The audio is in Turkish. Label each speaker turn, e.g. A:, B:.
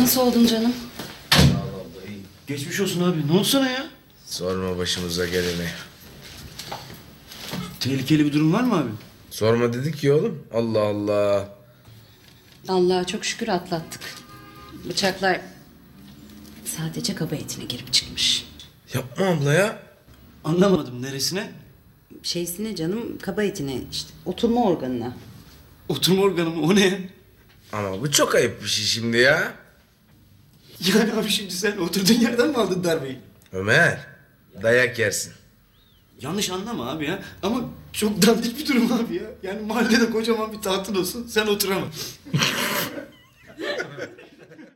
A: Nasıl oldun canım?
B: Geçmiş olsun abi. Ne oldu sana ya?
C: Sorma başımıza geleni.
B: Tehlikeli bir durum var mı abi?
C: Sorma dedik ya oğlum. Allah Allah.
A: Allah'a çok şükür atlattık. Bıçaklar sadece kaba etine girip çıkmış.
C: Yapma abla ya.
B: Anlamadım neresine?
A: Şeysine canım kaba etine işte oturma organına.
B: Oturma organı mı? O ne?
C: Ama bu çok ayıp bir şey şimdi ya.
B: Yani abi şimdi sen oturduğun yerden mi aldın darbeyi?
C: Ömer. Dayak yersin.
B: Yanlış anlama abi ya. Ama çok dandik bir durum abi ya. Yani mahallede kocaman bir tahtın olsun. Sen oturamam.